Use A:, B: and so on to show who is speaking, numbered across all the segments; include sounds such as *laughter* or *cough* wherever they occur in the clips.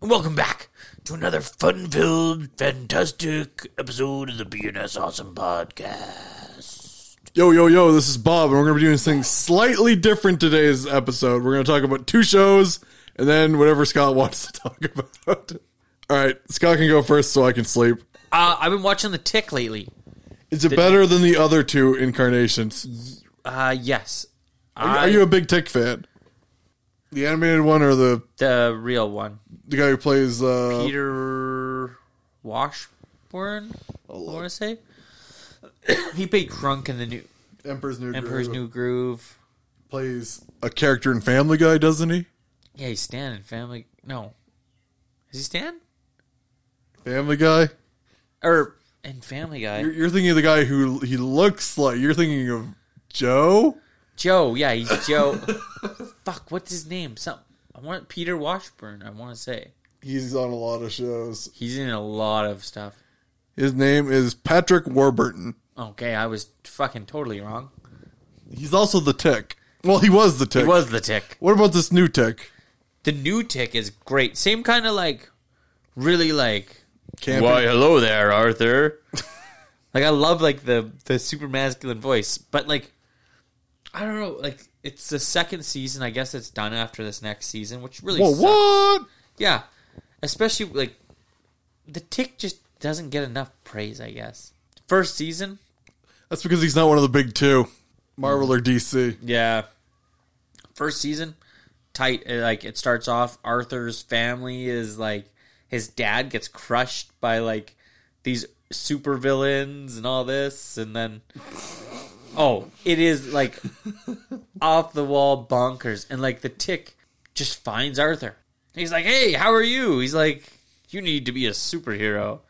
A: welcome back to another fun filled, fantastic episode of the BNS Awesome Podcast.
B: Yo, yo, yo, this is Bob, and we're going to be doing something slightly different today's episode. We're going to talk about two shows and then whatever Scott wants to *laughs* talk about. All right, Scott can go first so I can sleep.
C: Uh, I've been watching The Tick lately.
B: Is it better than the other two incarnations?
C: Uh, yes,
B: Are, are you a big Tick fan? The animated one or the,
C: the real one,
B: the guy who plays. Uh,
A: Oh.
C: Peter Washburn. I
A: Oh.
C: want to say *coughs* he played Crunk in the new
B: Emperor's New
C: Emperor's New Groove.
B: plays a character in Family Guy, doesn't he?
C: Yeah, he's Stan in Family. No, is he Stan
B: Family Guy?
C: or in Family Guy?
B: You're, you're thinking of the guy who he looks like. You're thinking of Joe?
C: Joe.
A: *laughs*
C: Yeah, he's Joe. Fuck, what's his name? Some I want Peter Washburn. I want to say
B: He's on a lot of shows.
C: he's in a lot of stuff.
B: His name is Patrick Warburton.
C: Okay, I was fucking totally wrong.
B: He's also the tick. Well, he was the tick.
C: It was the Tick.
B: What about this new tick?
C: The new tick is great. Same kind of like, really like,
B: Campy.
A: hello there, Arthur.
C: *laughs* like I love like the the super masculine voice, but like, I don't know, like it's the second season. I guess it's done after this next season, which really
B: Whoa,
C: sucks.
B: what?
C: yeah, especially like the tick just doesn't get enough praise. I guess first season,
B: That's because he's not one of the big two, Marvel or DC.
C: yeah, first season tight. uh, Like it starts off, Arthur's family is like his dad gets crushed by like these super villains and all this and then oh it is like off the wall bonkers and like the tick just finds arthur he's like hey how are you he's like you need to be a superhero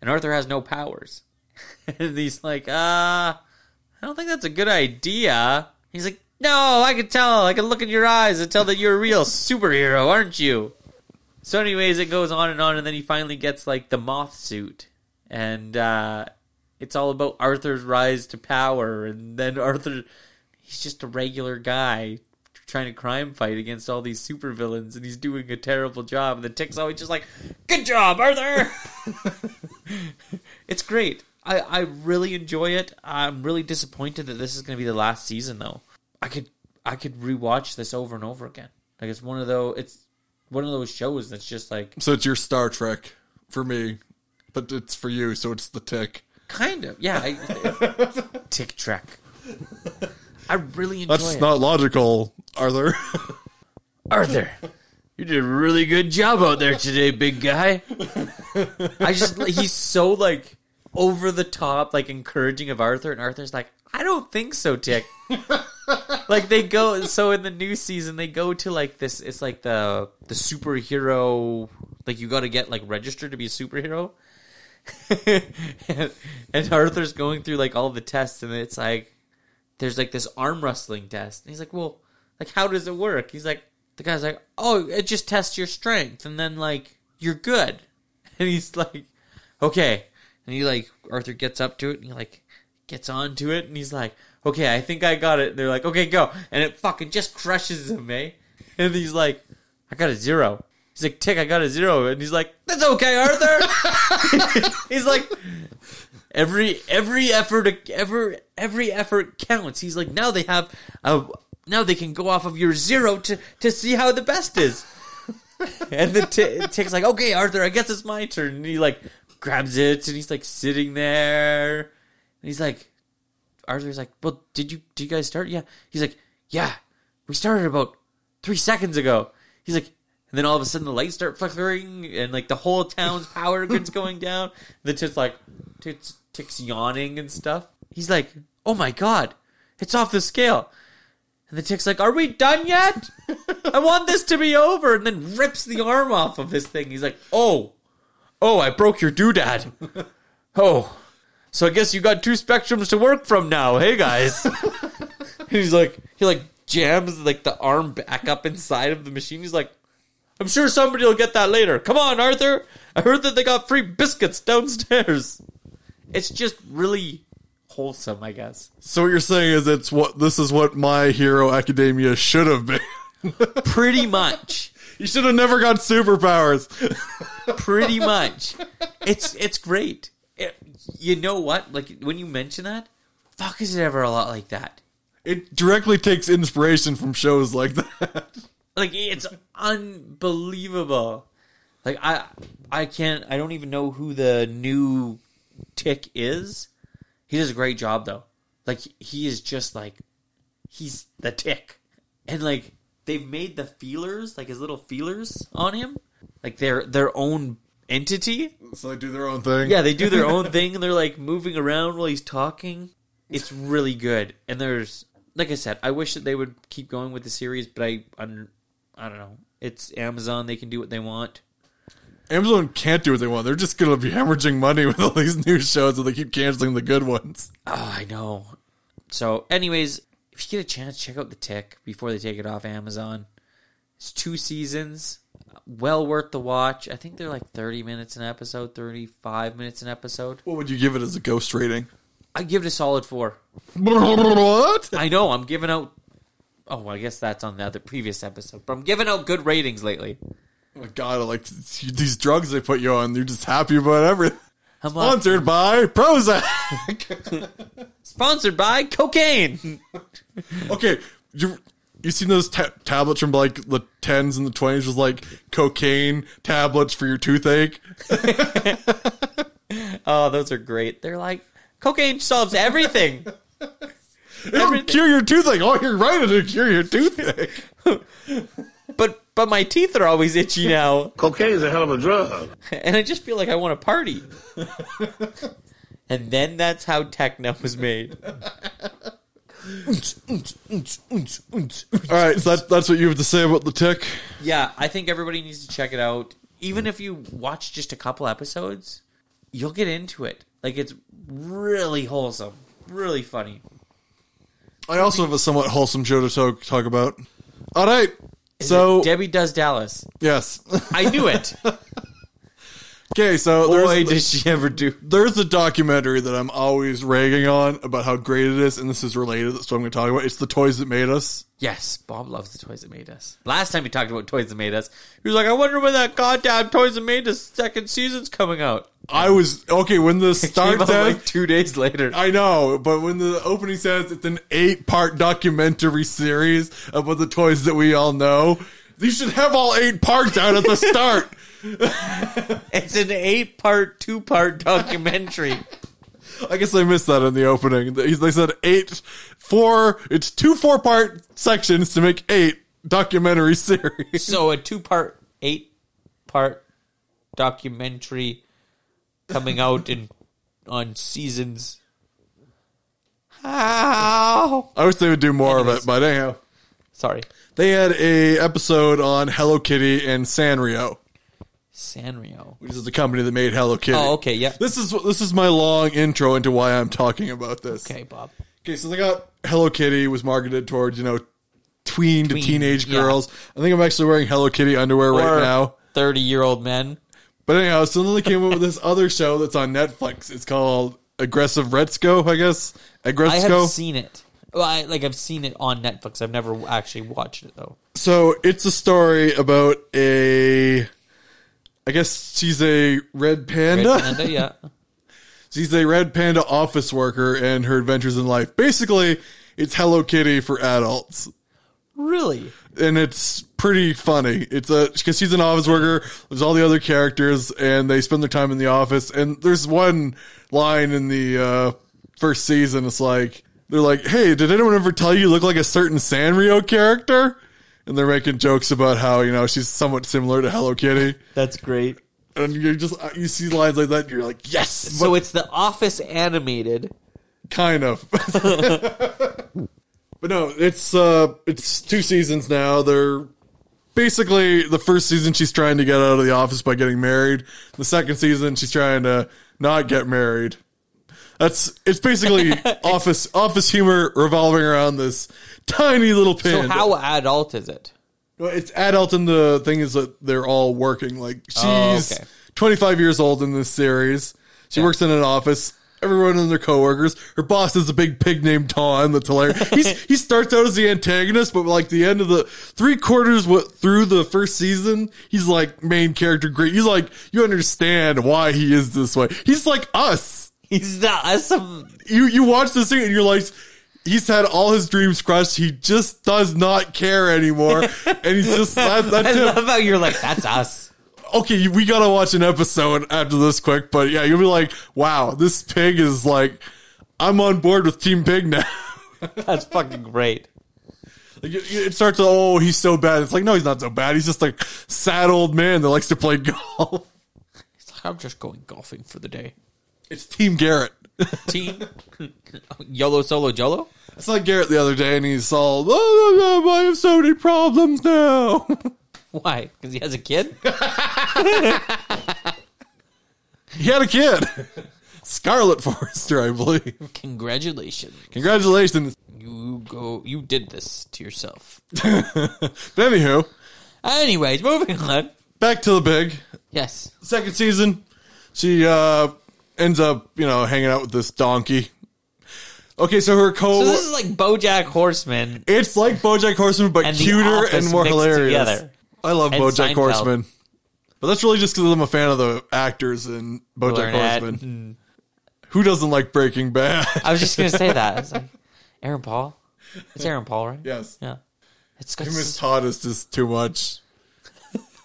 C: and arthur has no powers *laughs* and he's like uh i don't think that's a good idea he's like no i can tell i can look in your eyes and tell that you're a real superhero aren't you so, anyways, it goes on and on, and then he finally gets like the moth suit, and uh, it's all about Arthur's rise to power, and then Arthur, he's just a regular guy trying to crime fight against all these supervillains, and he's doing a terrible job. And the tick's always just like, "Good job, Arthur." *laughs* it's great. I I really enjoy it. I'm really disappointed that this is going to be the last season, though. I could I could rewatch this over and over again. Like it's one of those it's one of those shows that's just like
B: So it's your Star Trek for me, but it's for you, so it's the tick.
C: kind of yeah I,
B: *laughs*
C: tick track i really enjoy
B: That's
C: it
B: not logical, Arthur.
C: arthur you did a really good job out there today big guy i just he's so like over the top like encouraging of arthur and arthur's like i don't think so tick like they go so in the new season they go to like this it's like the the superhero like you got to get like registered to be a superhero *laughs* and, and Arthur's going through like all the tests, and it's like there's like this arm wrestling test, and he's like, "Well, like how does it work?" He's like, the guy's like, "Oh, it just tests your strength, and then like you're good," *laughs* and he's like, "Okay," and he like Arthur gets up to it, and he like gets onto it, and he's like, "Okay, I think I got it." And they're like, "Okay, go," and it fucking just crushes him, eh? And he's like, "I got a zero. He's like, "Tick, I got a zero. and he's like, "That's okay, Arthur." *laughs* He's like every every effort ever every effort counts. He's like now they have a now they can go off of your zero to to see how the best is. and the t- tick's like, okay, Arthur, I guess it's my turn. And he like grabs it and he's like sitting there and he's like, Arthur's like, well, did you do you guys start? Yeah. He's like, yeah, we started about three seconds ago. He's like, and then all of a sudden the lights start flickering and like the whole town's power grid's going down. The tit's like, tits, tick's yawning and stuff. He's like, oh my god, it's off the scale. And the tick's like, are we done yet? I want this to be over. And then rips the arm off of his thing. He's like, oh, oh, I broke your doodad. Oh, so I guess you got two spectrums to work from now. Hey guys. he's like he like jams like the arm back up inside of the machine. He's like, I'm sure somebody will get that later. Come on, Arthur. I heard that they got free biscuits downstairs. It's just really wholesome, I guess.
B: *laughs* so what you're saying is it's what this is what my Hero Academia should have been. *laughs*
C: Pretty much.
B: You should have never got superpowers. *laughs*
C: pretty much. It's it's great. It- you know what? Like when you mention that, fuck is it ever a lot like that?
B: It directly takes inspiration from shows like that. *laughs*
C: Like it's unbelievable. Like I I can't I don't even know who the new tick is. He does a great job though. Like he is just like he's the tick. And like they've made the feelers, like his little feelers on him, like they're their own entity.
B: So they do their own thing.
C: Yeah, they do their own thing and they're like moving around while he's talking. It's really good. And there's like I said, I wish that they would keep going with the series, but I un- I don't know. It's Amazon, they can do what they want.
B: Amazon can't do what they want. They're just going to be *laughs* hemorrhaging money with all these new shows, and they keep canceling the good ones.
C: Oh, I know. So, anyways, if you get a chance, check out The Tick before they take it off Amazon. It's two seasons, well worth the watch. I think they're like 30 minutes an episode, 35 minutes an episode.
B: What would you give it as a ghost rating?
C: I give it a solid 4.
B: What?
C: *laughs* I know I'm giving out. Oh, well, I guess that's on the other previous episode. But I'm giving out good ratings lately.
B: Oh my god, I like these drugs they put you on, you're just happy about everything.
C: I'm uh, on-
B: Sponsored by Prozac. *laughs*
C: sponsored by cocaine.
B: okay, you you seen those ta- tablets from like the tens and the twenties? Was like cocaine tablets for your toothache.
C: oh, those are great. They're like cocaine solves everything.
B: It'll
C: Everything.
B: cure your toothache. Oh, you're right. It'll cure your toothache.
C: But but my teeth are always itchy now,
D: *laughs* Cocaine is a hell of a drug.
C: *laughs* and I just feel like I want
D: *laughs*
C: to party. and then that's how techno was made.
B: All right, so that, that's what you have to say about the tick.
C: Yeah, I think everybody needs to check it out. Even if you watch just a couple episodes, you'll get into it. Like it's really wholesome, really funny.
B: I also have a somewhat wholesome show to talk, talk about. All right, so
C: Debbie does Dallas.
B: yes, *laughs*
C: I knew it.
B: okay, so
C: Boy,
B: there's
C: does she ever do?
B: there's a documentary that I'm always ragging on about how great it is, and this is related. That's what I'm going to talk about. It's the toys that made us.
C: Yes, Bob loves the toys that made us. Last time he talked about toys that made us, he was like, "I wonder when that goddamn toys that made us second season's coming out."
B: I was okay
C: *laughs*
B: when the
C: Came
B: start
C: out
B: says
C: like two days later.
B: I know, but when the opening says it's an eight part documentary series about the toys that we all know, you should have all eight parts out at the start.
C: It's an eight-part, two-part documentary.
B: I guess I missed that in the opening. They they said eight, four, it's two four part sections to make eight documentary *laughs* series.
C: so a two-part, eight-part documentary coming out in on seasons. How?
B: I wish they would do more of
C: Anyways.
B: it, but anyhow.
C: Sorry,
B: They had a episode on Hello Kitty and Sanrio,
C: Sanrio.
B: which is the company that made Hello Kitty.
C: Oh, okay, yeah.
B: This is this is my long intro into why I'm talking about this.
C: Okay, Bob.
B: Okay, so they got Hello Kitty was marketed towards you know tween, to
C: Tween,
B: teenage
C: yeah.
B: girls. I think I'm actually wearing Hello Kitty underwear right
C: Or
B: now.
C: thirty-year-old men.
B: But anyhow, so then they came up with this other show that's on Netflix. It's called Aggressive Retzko, I guess.
C: I have
B: Aggressive.
C: seen it. Well, I, like I've seen it on Netflix. I've never actually watched it *laughs* though.
B: So it's a story about a. I guess she's a red panda.
C: Panda, yeah.
B: *laughs* She's a red panda office worker and her adventures in life. Basically, it's Hello Kitty for adults.
C: Really?
B: and it's pretty funny. It's a because she's an office worker. There's all the other characters, and they spend their time in the office. And there's one line in the uh, first season. It's like they're like, "Hey, did anyone ever tell you you look like a certain Sanrio character?" And they're making jokes about how you know she's somewhat similar to Hello Kitty.
C: That's great.
B: And you just you see lines like that, and you're like, "Yes."
C: So it's the Office animated.
B: kind of *laughs* but no it's uh it's two seasons now they're basically the first season she's trying to get out of the office by getting married the second season she's trying to not get married that's
C: *laughs*
B: it's basically office office humor revolving around this tiny little
C: So
B: pin
C: how adult is it?
B: it's adult and the thing is that they're all working like she's
C: Oh, okay.
B: 25 years old in this series she works in an office Everyone and their coworkers. Her boss is a big pig named Ton.
C: *laughs*
B: That's hilarious. He's, he starts out as the antagonist, but like the end of the three quarters what, through the first season, he's like main character. Great. He's like you understand why he is this way. He's like us.
C: He's the uh, awesome.
B: You you watch this thing and you're like. He's had all his dreams crushed. He just does not care anymore,
C: *laughs*
B: and he's just that, that's
C: I
B: him
C: love how you're like, that's us.
B: okay, we gotta watch an episode after this quick, but yeah, you'll be like, wow, this pig is like, I'm on board with Team Pig now. *laughs*
C: That's fucking great.
B: like, it, it starts, oh, he's so bad. It's like, no, he's not so bad. He's just like sad old man that likes to play *laughs* golf.
C: It's like, I'm just going golfing for the day.
B: It's Team Garrett.
C: Team *laughs* YOLO Solo Jolo?
B: I saw Garrett the other day, and he's all, oh, no, no, I have so many problems now. *laughs*
C: Why? Because he has a *laughs* kid?
B: he had a kid, *laughs* Scarlet Forester, I believe.
C: Congratulations.
B: Congratulations.
C: You go you did this to yourself.
B: But anywho,
C: Anyways, moving on.
B: back to the pig.
C: Yes.
B: second season, she uh, ends up, you know, hanging out with this donkey. Okay, so her co
C: So this is like Bojack Horseman
B: it's like BoJack Horseman, but
C: And The
B: cuter
C: Office
B: and more
C: mixed
B: hilarious.
C: together.
B: I love
C: And
B: BoJack
C: Seinfeld.
B: Horseman, but that's really just because I'm a fan of the actors in BoJack
C: Burnett.
B: Horseman. Who doesn't like Breaking Bad?
C: Mm. I was just gonna say that. I was like, Aaron Paul. It's Aaron Paul, right?
B: *laughs* yes,
C: Yeah. It's got
B: him as
C: s-
B: Todd is just too much.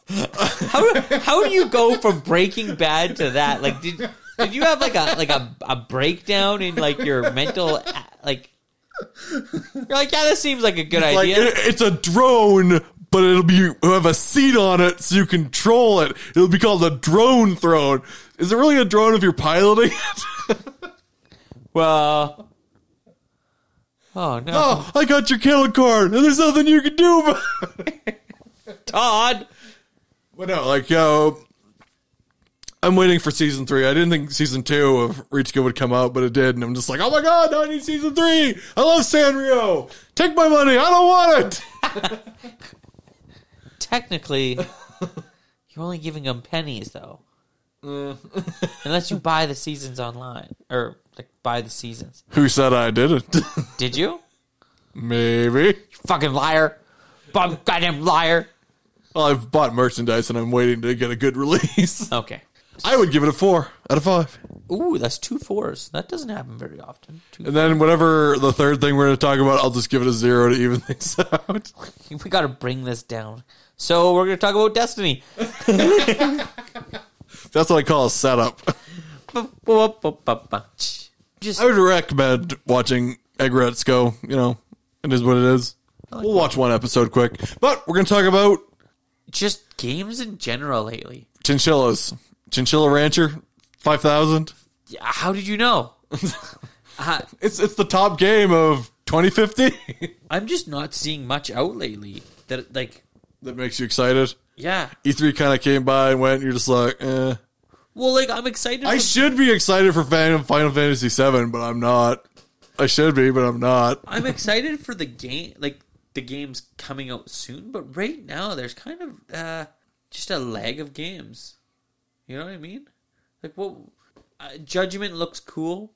C: how, how do you go from Breaking Bad to that? Like, did did you have like a like a, a breakdown in like your mental a- like? You're like, yeah, this seems like a good
B: Like
C: idea.
B: it, it's a drone, but it'll be it'll have a seat on it so you control it. It'll be called a drone throne. Is it really a drone if you're piloting it? *laughs*
C: well, oh no,
B: Oh, I got your kettle corn, and there's nothing you can do. About it.
C: Todd.
B: But no, like yo, I'm waiting for season three. I didn't think season two of Reach Good would come out, but it did, and I'm just like, oh my god, now I need season three. I love Sanrio. Take my money. I don't want it. *laughs*
C: Technically, you're only giving them pennies though.
B: Mm. *laughs*
C: Unless you buy the seasons online or like buy the seasons.
B: Who said I didn't? *laughs*
C: Did you?
B: Maybe.
C: Fucking liar. Bum goddamn liar.
B: Well, I've bought merchandise, and I'm waiting to get a good *laughs* release.
C: Okay.
B: I would give it a four out of five.
C: Ooh, that's two fours. That doesn't happen very often. Two, *laughs*
B: And then whatever the third thing we're going to talk about, I'll just give it a zero to even *laughs* things out.
C: we got to bring this down. So we're gonna talk about Destiny. *laughs*
B: That's what I call a setup.
C: Just
B: I would recommend watching Egrettes go. You know, it is what it is. We'll watch one episode quick, but we're going to talk about
C: just games in general lately.
B: chinchillas. Chinchilla Rancher five thousand.
C: Yeah, How did you know? Uh,
B: It's it's the top game of 2050.
C: I'm just not seeing much out lately. That like,
B: *laughs* that makes you excited.
C: yeah.
B: E3 kind of came by and went. And you're just like, eh.
C: Well, like I'm excited.
B: I
C: for-
B: should be excited for Fan- Final Fantasy VII, but I'm not. I should be, but I'm not.
C: I'm excited for the game, like the games coming out soon. But right now, there's kind of uh, just a lag of games. You know what I mean? Like, what uh, Judgment looks cool.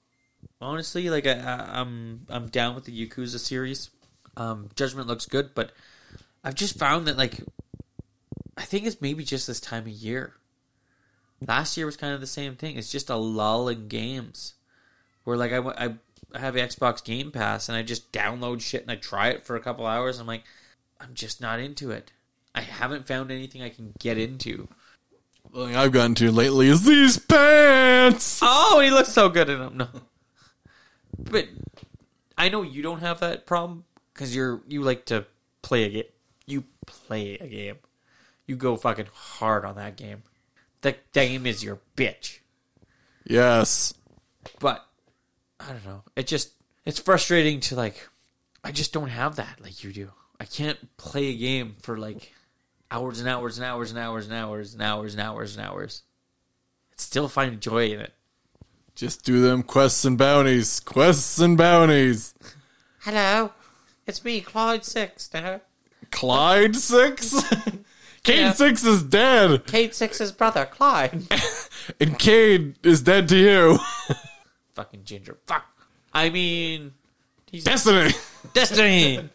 C: Honestly, like I, I, I'm, I'm down with the Yakuza series. Um, Judgment looks good, but I've just found that like, I think it's maybe just this time of year. Last year was kind of the same thing. It's just a lull in games where like I, wa- I I have Xbox Game Pass and I just download shit and I try it for a couple hours. I'm like, I'm just not into it. I haven't found anything I can get into.
B: The thing I've gotten to lately is these pants.
C: Oh, he looks so good in them. No, but I know you don't have that problem because you're you like to play a game. You play a game. You go fucking hard on that game. That game is your bitch.
B: Yes.
C: but I don't know. It just it's frustrating to like I just don't have that like you do. I can't play a game for like hours and hours and hours and hours and hours and hours and hours and hours. And still find joy in it.
B: Just do them quests and bounties. Quests and bounties.
C: Hello. It's me, Clyde Six now. *laughs*
B: Clyde Six? Cade
C: Yeah.
B: Six is dead.
C: Kate Six's brother, Clyde.
B: And Cade is dead to you.
C: *laughs* fucking Ginger. Fuck. I mean,
B: Destiny.
C: *laughs* Destiny.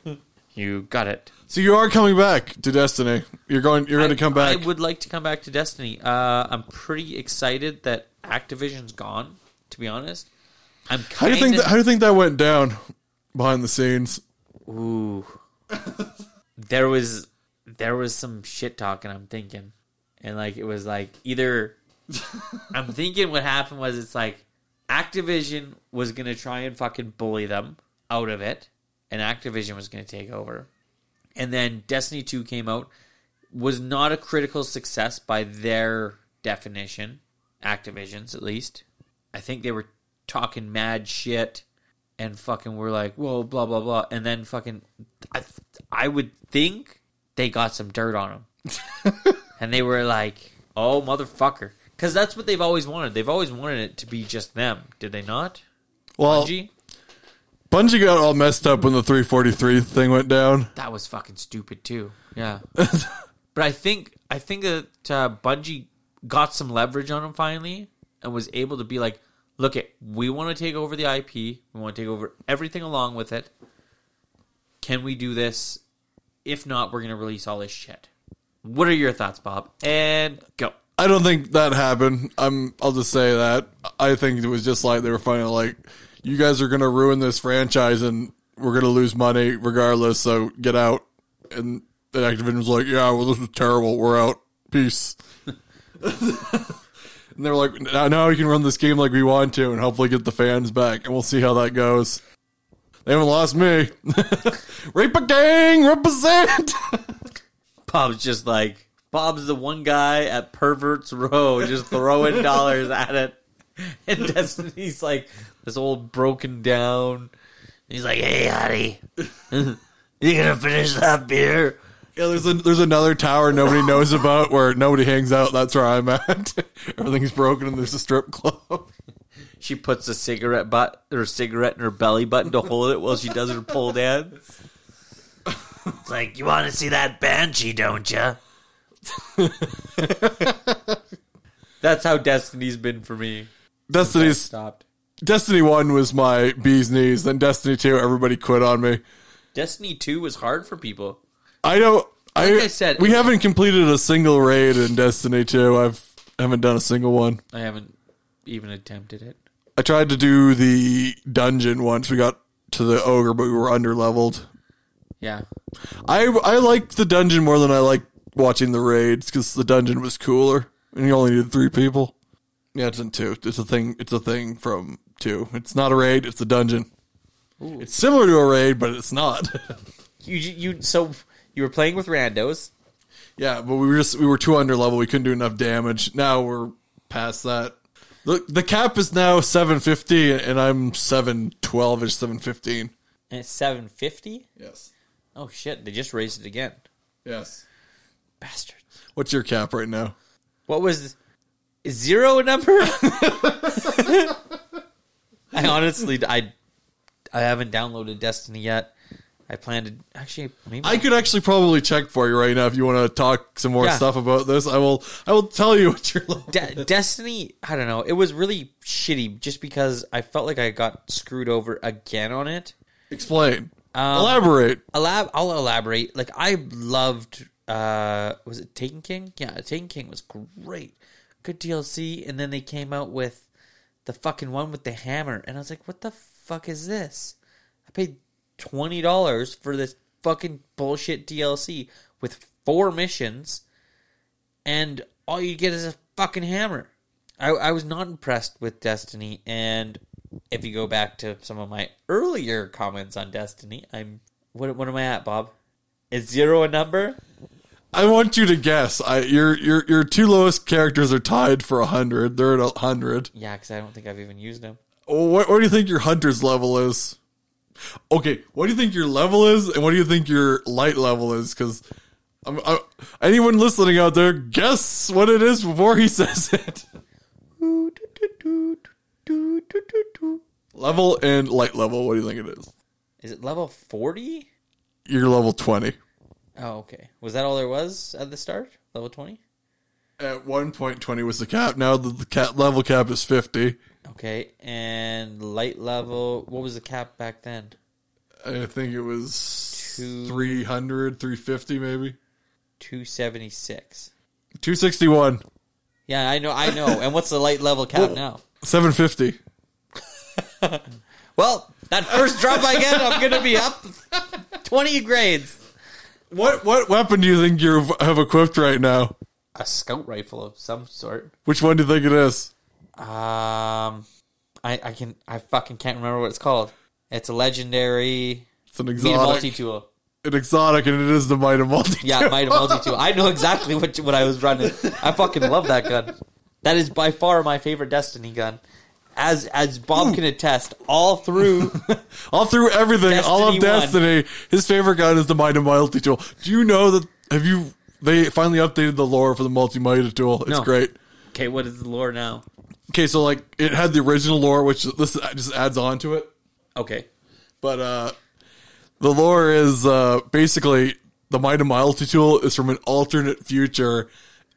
C: you got it.
B: So you are coming back to Destiny. You're going. You're going to
C: I-
B: come back.
C: I would like to come back to Destiny. Uh, I'm pretty excited that Activision's gone. To be honest, I'm kind
B: how do you think? That, how do you think that went down behind the scenes?
C: Ooh. there was there was some shit talking I'm thinking. And like it was like either I'm thinking what happened was it's like Activision was gonna try and fucking bully them out of it, and Activision was gonna take over. And then Destiny 2 came out, was not a critical success by their definition, Activision's at least. I think they were talking mad shit and fucking were like, whoa, blah blah blah, and then fucking, I, I would think they got some dirt on them, and they were like, oh motherfucker, because that's what they've always wanted. They've always wanted it to be just them, did they not?
B: Well, Bungie,
C: Bungie,
B: got all messed up when the 343 thing went down.
C: that was fucking stupid too. Yeah, *laughs* but I think I think that uh, Bungie got some leverage on them finally, and was able to be like, look at, we want to take over the IP, we want to take over everything along with it. Can we do this? If not, we're going to release all this shit. What are your thoughts, Bob? And go.
B: I don't think that happened. I'm. I'll just say that. I think it was just like they were finally like, you guys are going to ruin this franchise and we're going to lose money regardless. So get out. And then Activision was like, yeah, well, this was terrible. We're out. Peace. *laughs* and they're like, now now we can run this game like we want to and hopefully get the fans back. And we'll see how that goes. They haven't lost me. *laughs* Reaper gang represent.
C: Bob's just like, Bob's the one guy at Perverts Row just throwing dollars at it. And Destiny's like, this old broken down. He's like, hey, honey, *laughs* you going to finish that beer?
B: Yeah, there's a, there's another tower nobody knows about where nobody hangs out. That's where I'm at. *laughs* Everything's broken and there's a strip club. *laughs*
C: She puts a cigarette butt or cigarette in her belly button to hold it while she does her pole dance.
A: It's like, you want to see that banshee, don't you?
C: That's how Destiny's been for me.
B: Destiny's
C: Stopped.
B: Destiny One was my bee's knees. Then Destiny Two, everybody quit on me.
C: Destiny 2 was hard for people.
B: I don't. I,
C: Like I said-
B: we haven't completed a single raid in Destiny Two. I've haven't done a single one.
C: I haven't even attempted it.
B: I tried to do the dungeon once. We got to the ogre, but we were under leveled.
C: Yeah.
B: I I liked the dungeon more than I liked watching the raids because the dungeon was cooler and you only needed three people. Yeah, it's in two. It's a thing. It's a thing from two. It's not a raid. It's a dungeon. It's similar to a raid, but it's not. *laughs*
C: You, you, so you were playing with randos.
B: yeah, but we were just we were too under level. We couldn't do enough damage. Now we're past that. The the cap is now seven fifty, and I'm seven twelve ish, seven fifteen.
C: And it's 750?
B: Yes.
C: Oh shit, they just raised it again.
B: Yes.
C: Bastards.
B: What's your cap right now?
C: What was is zero a number? *laughs* I honestly I I haven't downloaded Destiny yet. I plan to actually maybe
B: I could actually probably check for you right now if you want to talk some more
C: Yeah.
B: stuff about this. I will. I will tell you what you're. Looking.
C: De- Destiny, I don't know. It was really shitty just because I felt like I got screwed over again on it.
B: *laughs* Explain. Elaborate.
C: elab- I'll elaborate. Like I loved uh was it Taken King? Yeah, Taken King was great. Good DLC and then they came out with the fucking one with the hammer and I was like, "What the fuck is this?" I paid $20 for this fucking bullshit DLC with four missions and all you get is a fucking hammer. I, I was not impressed with Destiny, and if you go back to some of my earlier comments on Destiny, I'm what what am I at, Bob? Is zero a number?
B: I want you to guess. I your your your two lowest characters are tied for hundred. They're at hundred.
C: Yeah, because I don't think I've even used them.
B: What, what do you think your hunter's level is? Okay, what do you think your level is, and what do you think your light level is? Because I'm, i anyone listening out there, guess what it is before he *laughs* says it. Level and light level. What do you think it is?
C: Is it level forty?
B: You're level twenty.
C: Oh, okay. Was that all there was at the start? Level twenty?
B: At one point, twenty was the cap. Now the, the cap level cap is fifty.
C: Okay, and light level. What was the cap back then?
B: I think it was
C: Two-
B: 300, 350 maybe.
C: Two seventy six.
B: 261,
C: Yeah, I know, I know. And what's the light *laughs* level cap
B: Whoa.
C: now?
B: 750.
C: Well, that first drop I get, I'm gonna be up twenty grades.
B: What what weapon do you think you have equipped right now?
C: A scout rifle of some sort.
B: Which one do you think it is?
C: Um, I I can I fucking can't remember what it's called. It's a legendary
B: It's an
C: Mita multi
B: exotic.
C: tool.
B: An exotic, and it is the Might of Multi.
C: Yeah, Mita multi tool. I know exactly what you- what I was running. I fucking love that gun. That is by far my favorite Destiny gun. As as Bob can attest, all through
B: All through everything, all of
C: Destiny one.
B: Destiny, his favorite gun is the Might of Multi tool. Do you know that? Have you? They finally updated the lore for the Multi Might tool. It's
C: No.
B: great.
C: *laughs* Okay, what is the lore now?
B: Okay, so like it had the original lore, which this just adds on to it.
C: Okay.
B: But uh the lore is uh basically the Might of Multi tool is from an alternate future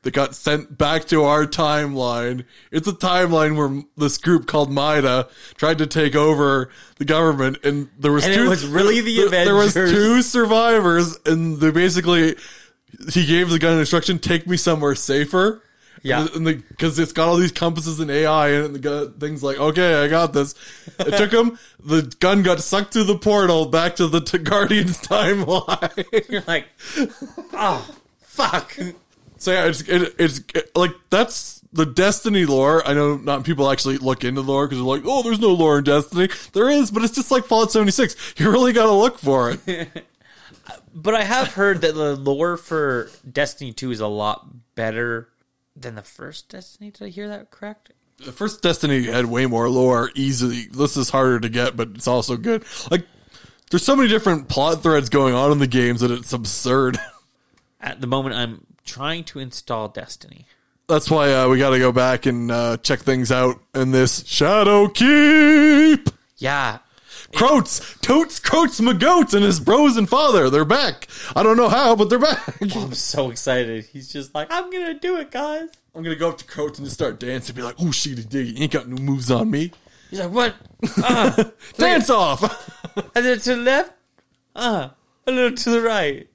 B: that got sent back to our timeline. It's a timeline where this group called Mida tried to take over the government, and there was
C: And it
B: two.
C: was really the
B: there, there was
C: Avengers.
B: two survivors, and they basically he gave the gun an instruction: "Take me somewhere safer."
C: Yeah.
B: and because it's got all these compasses and AI in it, and the gun, things like, "Okay, I got this." It took him. The gun got sucked through the portal back to the t- Guardians *laughs* timeline.
C: *laughs* You're like, oh, fuck.
B: So yeah, it's it, it's it- like that's the Destiny lore. I know not people actually look into lore because they're like, oh, there's no lore in Destiny. There is, but it's just like Fallout 76. You really got to look for it.
C: But I have heard that the lore for Destiny 2 is a lot better than the first Destiny. Did I hear that correct?
B: the first Destiny had way more lore easily. This is harder to get, but it's also good. Like there's so many different plot threads going on in the games that it's absurd. *laughs*
C: At the moment, I'm trying to install Destiny.
B: that's why uh, we got to go back and uh, check things out in this Shadow Keep.
C: Yeah.
B: Croats, Totes, Croats, McGoats, and his bros and father. They're back. I don't know how, but they're back. *laughs*
C: I'm so excited. He's just like, I'm going to do it, guys.
B: I'm going to go up to Croats and just start dancing. Be like, oh, shitty diggy. You ain't got no moves on me.
C: He's like, *laughs* what?
B: Dance off. *laughs*
C: A little to the left? Uh, a little to the right.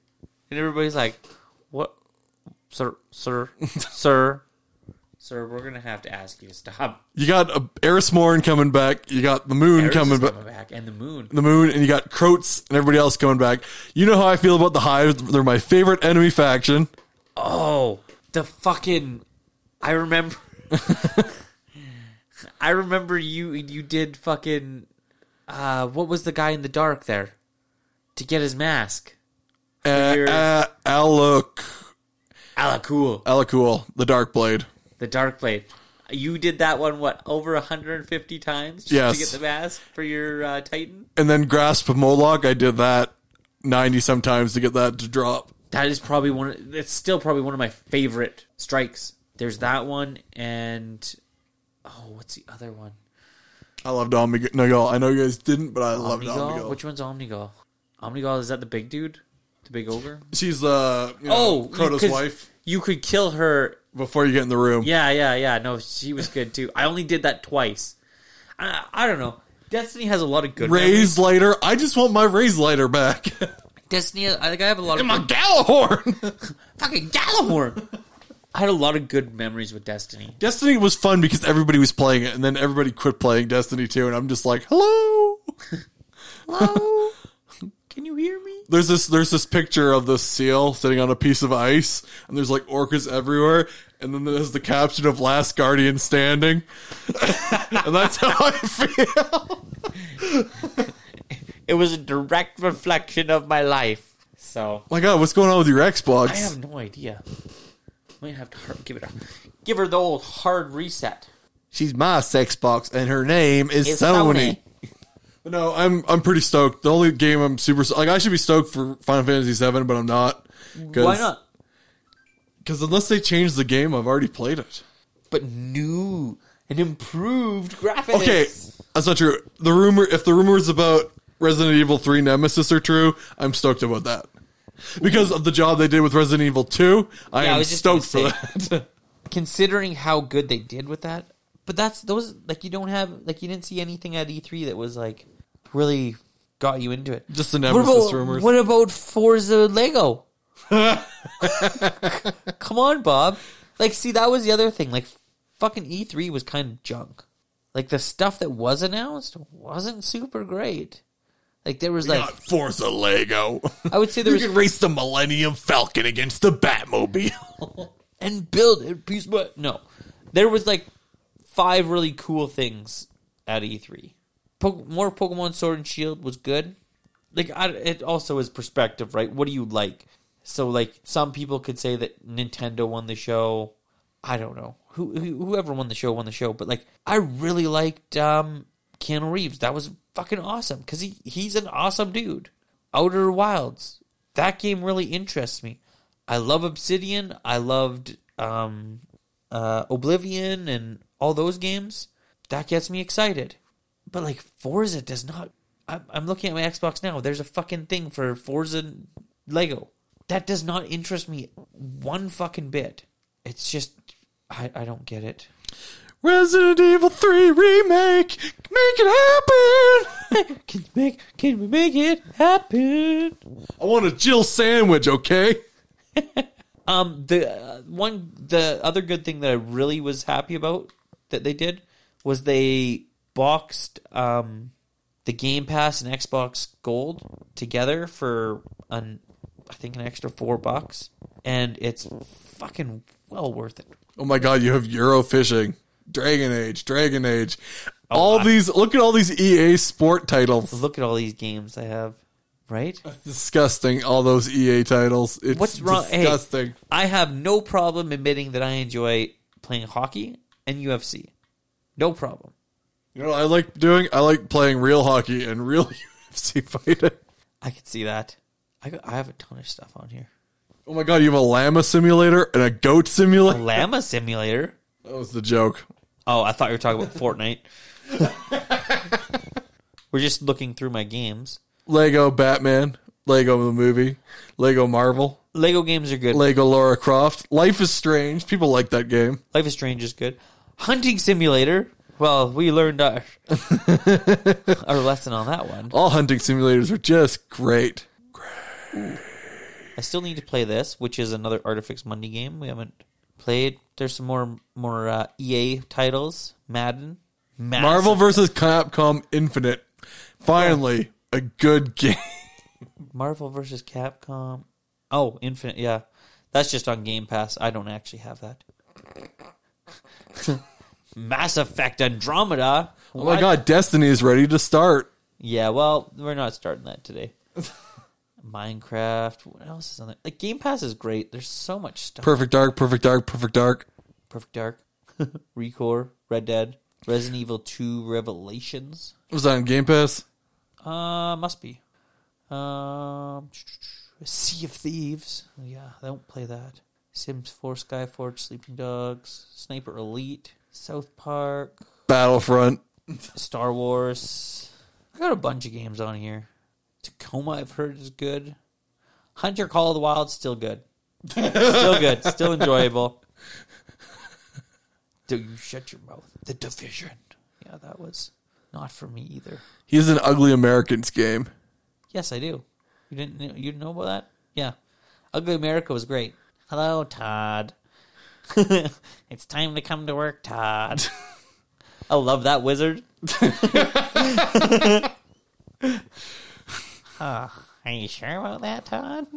C: And everybody's like, what? Sir, *laughs* sir, sir, sir, we're going to have to ask you to stop.
B: you got uh, Eris Morn coming back. You got the moon
C: Eris
B: coming
C: is
B: back.
C: back. And the moon.
B: The moon, and you got Croats and everybody else coming back. You know how I feel about the Hive. They're my favorite enemy faction.
C: Oh, the fucking! I remember. *laughs* I remember you. You did fucking. Uh, what was the guy in the dark there? To get his mask.
B: Uh,
C: Your-
B: uh, Alok,
C: Alakul,
B: Alakul, the Dark Blade.
C: the dark blade. You did that one what over 150 times just
B: Yes.
C: to get the mask for your uh, Titan.
B: And then Grasp of Moloch, I did that 90 sometimes to get that to drop.
C: That is probably one. Of, it's still probably one of my favorite strikes. There's that one and oh, what's the other one?
B: I loved Omnigal. I know you guys didn't, but I loved
C: Omnigal.
B: Omnigal.
C: Which one's Omnigal? Omnigal is that the big dude, the big ogre?
B: She's uh, you know,
C: Oh,
B: Crota's
C: 'cause
B: wife.
C: You could kill her.
B: Before you get in the room,
C: Yeah, yeah, yeah. No, she was good too. I only did that twice. I, I don't know. Destiny has a lot of good. memories.
B: raise lighter. I just want my raise
C: *laughs*
B: lighter back.
C: Destiny, I think I have a lot of
B: my Galahorn.
C: fucking Gallahorn. I had a lot of good memories with Destiny.
B: Destiny was fun because everybody was playing it, and then everybody quit playing Destiny too. And I'm just like, *laughs* hello.
C: Hello, can you hear me?
B: *laughs* There's this there's this picture of this seal sitting on a piece of ice, and there's like orcas everywhere, and then there's the caption of "Last Guardian Standing," *laughs* and that's how I *laughs* feel.
C: It was a direct reflection of my life. So
B: my God, what's going on with your Xbox?
C: I have no idea. Might have to hard, give it a give her the old hard reset.
B: She's my sex box, and her name is
C: It's
B: Sony. No, I'm I'm pretty stoked. The only game I'm super like I should be stoked for Final Fantasy VII, but I'm not. Cause,
C: Why not?
B: Because unless they change the game, I've already played it.
C: but new and improved graphics.
B: Okay, that's not true. The rumor, if the rumors about Resident Evil Three Nemesis are true, I'm stoked about that. Because of the job they did with Resident Evil Two, I
C: Yeah, I
B: am
C: was just
B: stoked
C: *laughs*
B: for
C: gonna
B: that.
C: Considering how good they did with that, But that's those like you don't have like you didn't see anything at E3 that was like really got you into it.
B: Just the
C: What
B: Nemesis
C: about,
B: rumors.
C: what about Forza
B: *laughs*
C: Lego? Come on, Bob. Like, see, that was the other thing. Like, fucking E3 was kind of junk. Like, the stuff that was announced wasn't super great. Like, there
B: *laughs*
C: was, like,
A: Not Forza Lego.
C: I would say there
A: you
C: was.
A: can race the Millennium Falcon against the Batmobile.
C: and build it piece but no there was like five really cool things at e3 po- more pokemon sword and shield was good like I, it also is perspective right what do you like so like some people could say that nintendo won the show i don't know who, who whoever won the show won the show but like i really liked um keanu reeves that was fucking awesome because he he's an awesome dude outer wilds that game really interests me I love Obsidian. I loved um, uh, Oblivion and all those games. That gets me excited. But like Forza does not. I'm, I'm looking at my Xbox now. There's a fucking thing for Forza Lego. That does not interest me one fucking bit. It's just I, I don't get it.
B: *laughs* Resident Evil 3 remake. Make it happen.
C: Can you make? Can we make it happen?
B: I want a Jill sandwich, okay?
C: Um, the uh, one, the other good thing that I really was happy about that they did was they boxed um the Game Pass and Xbox Gold together for an, I think an extra four bucks, and it's fucking well worth it.
B: Oh my god, you have Eurofishing, Dragon Age, Dragon Age. all these look at all these EA
C: *laughs*
B: sport titles.
C: Look at all these games I have, right?
B: Disgusting, all those EA titles. It's
C: What's wrong? hey,
B: disgusting.
C: I have no problem admitting that I enjoy playing hockey and UFC. No problem.
B: You know what I like doing? I like playing real hockey and real *laughs* UFC fighting.
C: I can see that. I, got- I have a ton of stuff on here.
B: Oh my god, you have a llama simulator and a
C: *laughs*
B: goat simulator?
C: Llama Simulator.
B: That was the joke.
C: Oh, I thought you were talking about Fortnite. we're just looking through my games.
B: Lego Batman, Lego the movie, Lego Marvel,
C: Lego games are good.
B: Lego Laura Croft. Life is Strange. People like that game.
C: Life is Strange is good. Hunting Simulator. Well, we learned our our lesson on that one.
B: All hunting simulators are just great.
C: I still need to play this, which is another Artifix Monday game we haven't played. There's some more more uh, EA titles. Madden. Massive.
B: Marvel versus Capcom Infinite. Finally, a good game.
C: Marvel versus Capcom. Oh, Infinite. Yeah, that's just on Game Pass. I don't actually have that. *laughs* Mass Effect Andromeda.
B: Oh my god, Destiny is ready to start.
C: Yeah, well, we're not starting that today. *laughs* Minecraft. What else is on there? Like Game Pass is great. There's so much stuff.
B: Perfect Dark, Perfect Dark, Perfect Dark.
C: Perfect Dark, *laughs* Recore, Red Dead, Resident Evil Two Revelations.
B: Was that on Game Pass?
C: Uh, must be. Um, Sea of Thieves. Yeah, I don't play that. Sims 4, Skyforge, Sleeping Dogs, Sniper Elite, South Park,
B: Battlefront.
C: Star Wars. I got a bunch of games on here. Tacoma, I've heard is good. Hunter Call of the Wild, still good. still good. Still enjoyable. Do you shut your mouth? The Division. Yeah, that was not for me either.
B: He's an ugly Americans game.
C: Yes, I do. You didn't kn- you didn't know about that? Yeah. Ugly America was great. Hello, Todd. *laughs* it's time to come to work, Todd. *laughs* I love that *laughs* wizard. Huh. are you sure about that, Todd?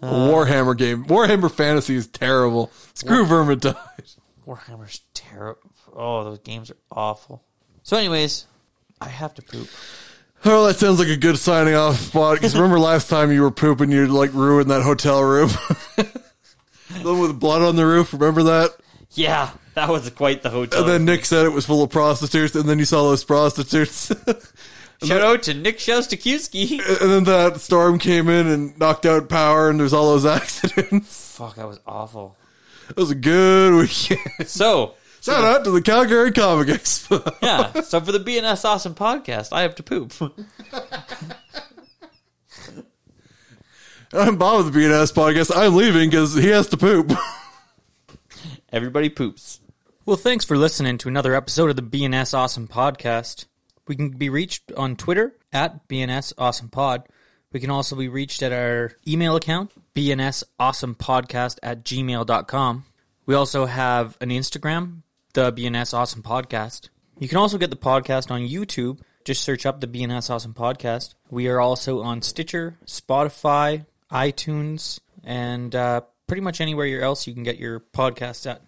B: A Warhammer game. Warhammer Fantasy is terrible. Screw Vermintide. *laughs*
C: Warhammer's terrible. Oh, those games are awful. So, anyways, I have to poop.
B: Oh, that sounds like a good signing off spot. Because remember last time you were pooping, you like ruined that hotel room. *laughs* the one with blood on the roof. Remember that?
C: Yeah, that was quite the hotel.
B: And then Nick said it was full of prostitutes, and then you saw those prostitutes. *laughs* and
C: Shout out to Nick Shostakowski.
B: then that storm came in and knocked out power, and there's all those *laughs* accidents.
C: Fuck, that was awful.
B: it was a good weekend.
C: *laughs* So,
B: Shout out to the Calgary Comic Expo. *laughs*
C: yeah. So for the BNS Awesome podcast, I have to poop. *laughs*
B: I'm Bob of the *laughs* BNS podcast. I'm leaving because he has to poop.
C: Everybody poops. Well, thanks for listening to another episode of the BNS Awesome Podcast. We can be reached on Twitter at BNS Awesome Pod. We can also be reached at our email account, bnsawesomepodcast at gmail.com. We also have an Instagram, the BNS Awesome Podcast. You can also get the podcast on YouTube. Just search up the BNS Awesome Podcast. We are also on Stitcher, Spotify, iTunes, and uh, pretty much anywhere else you can get your podcasts at.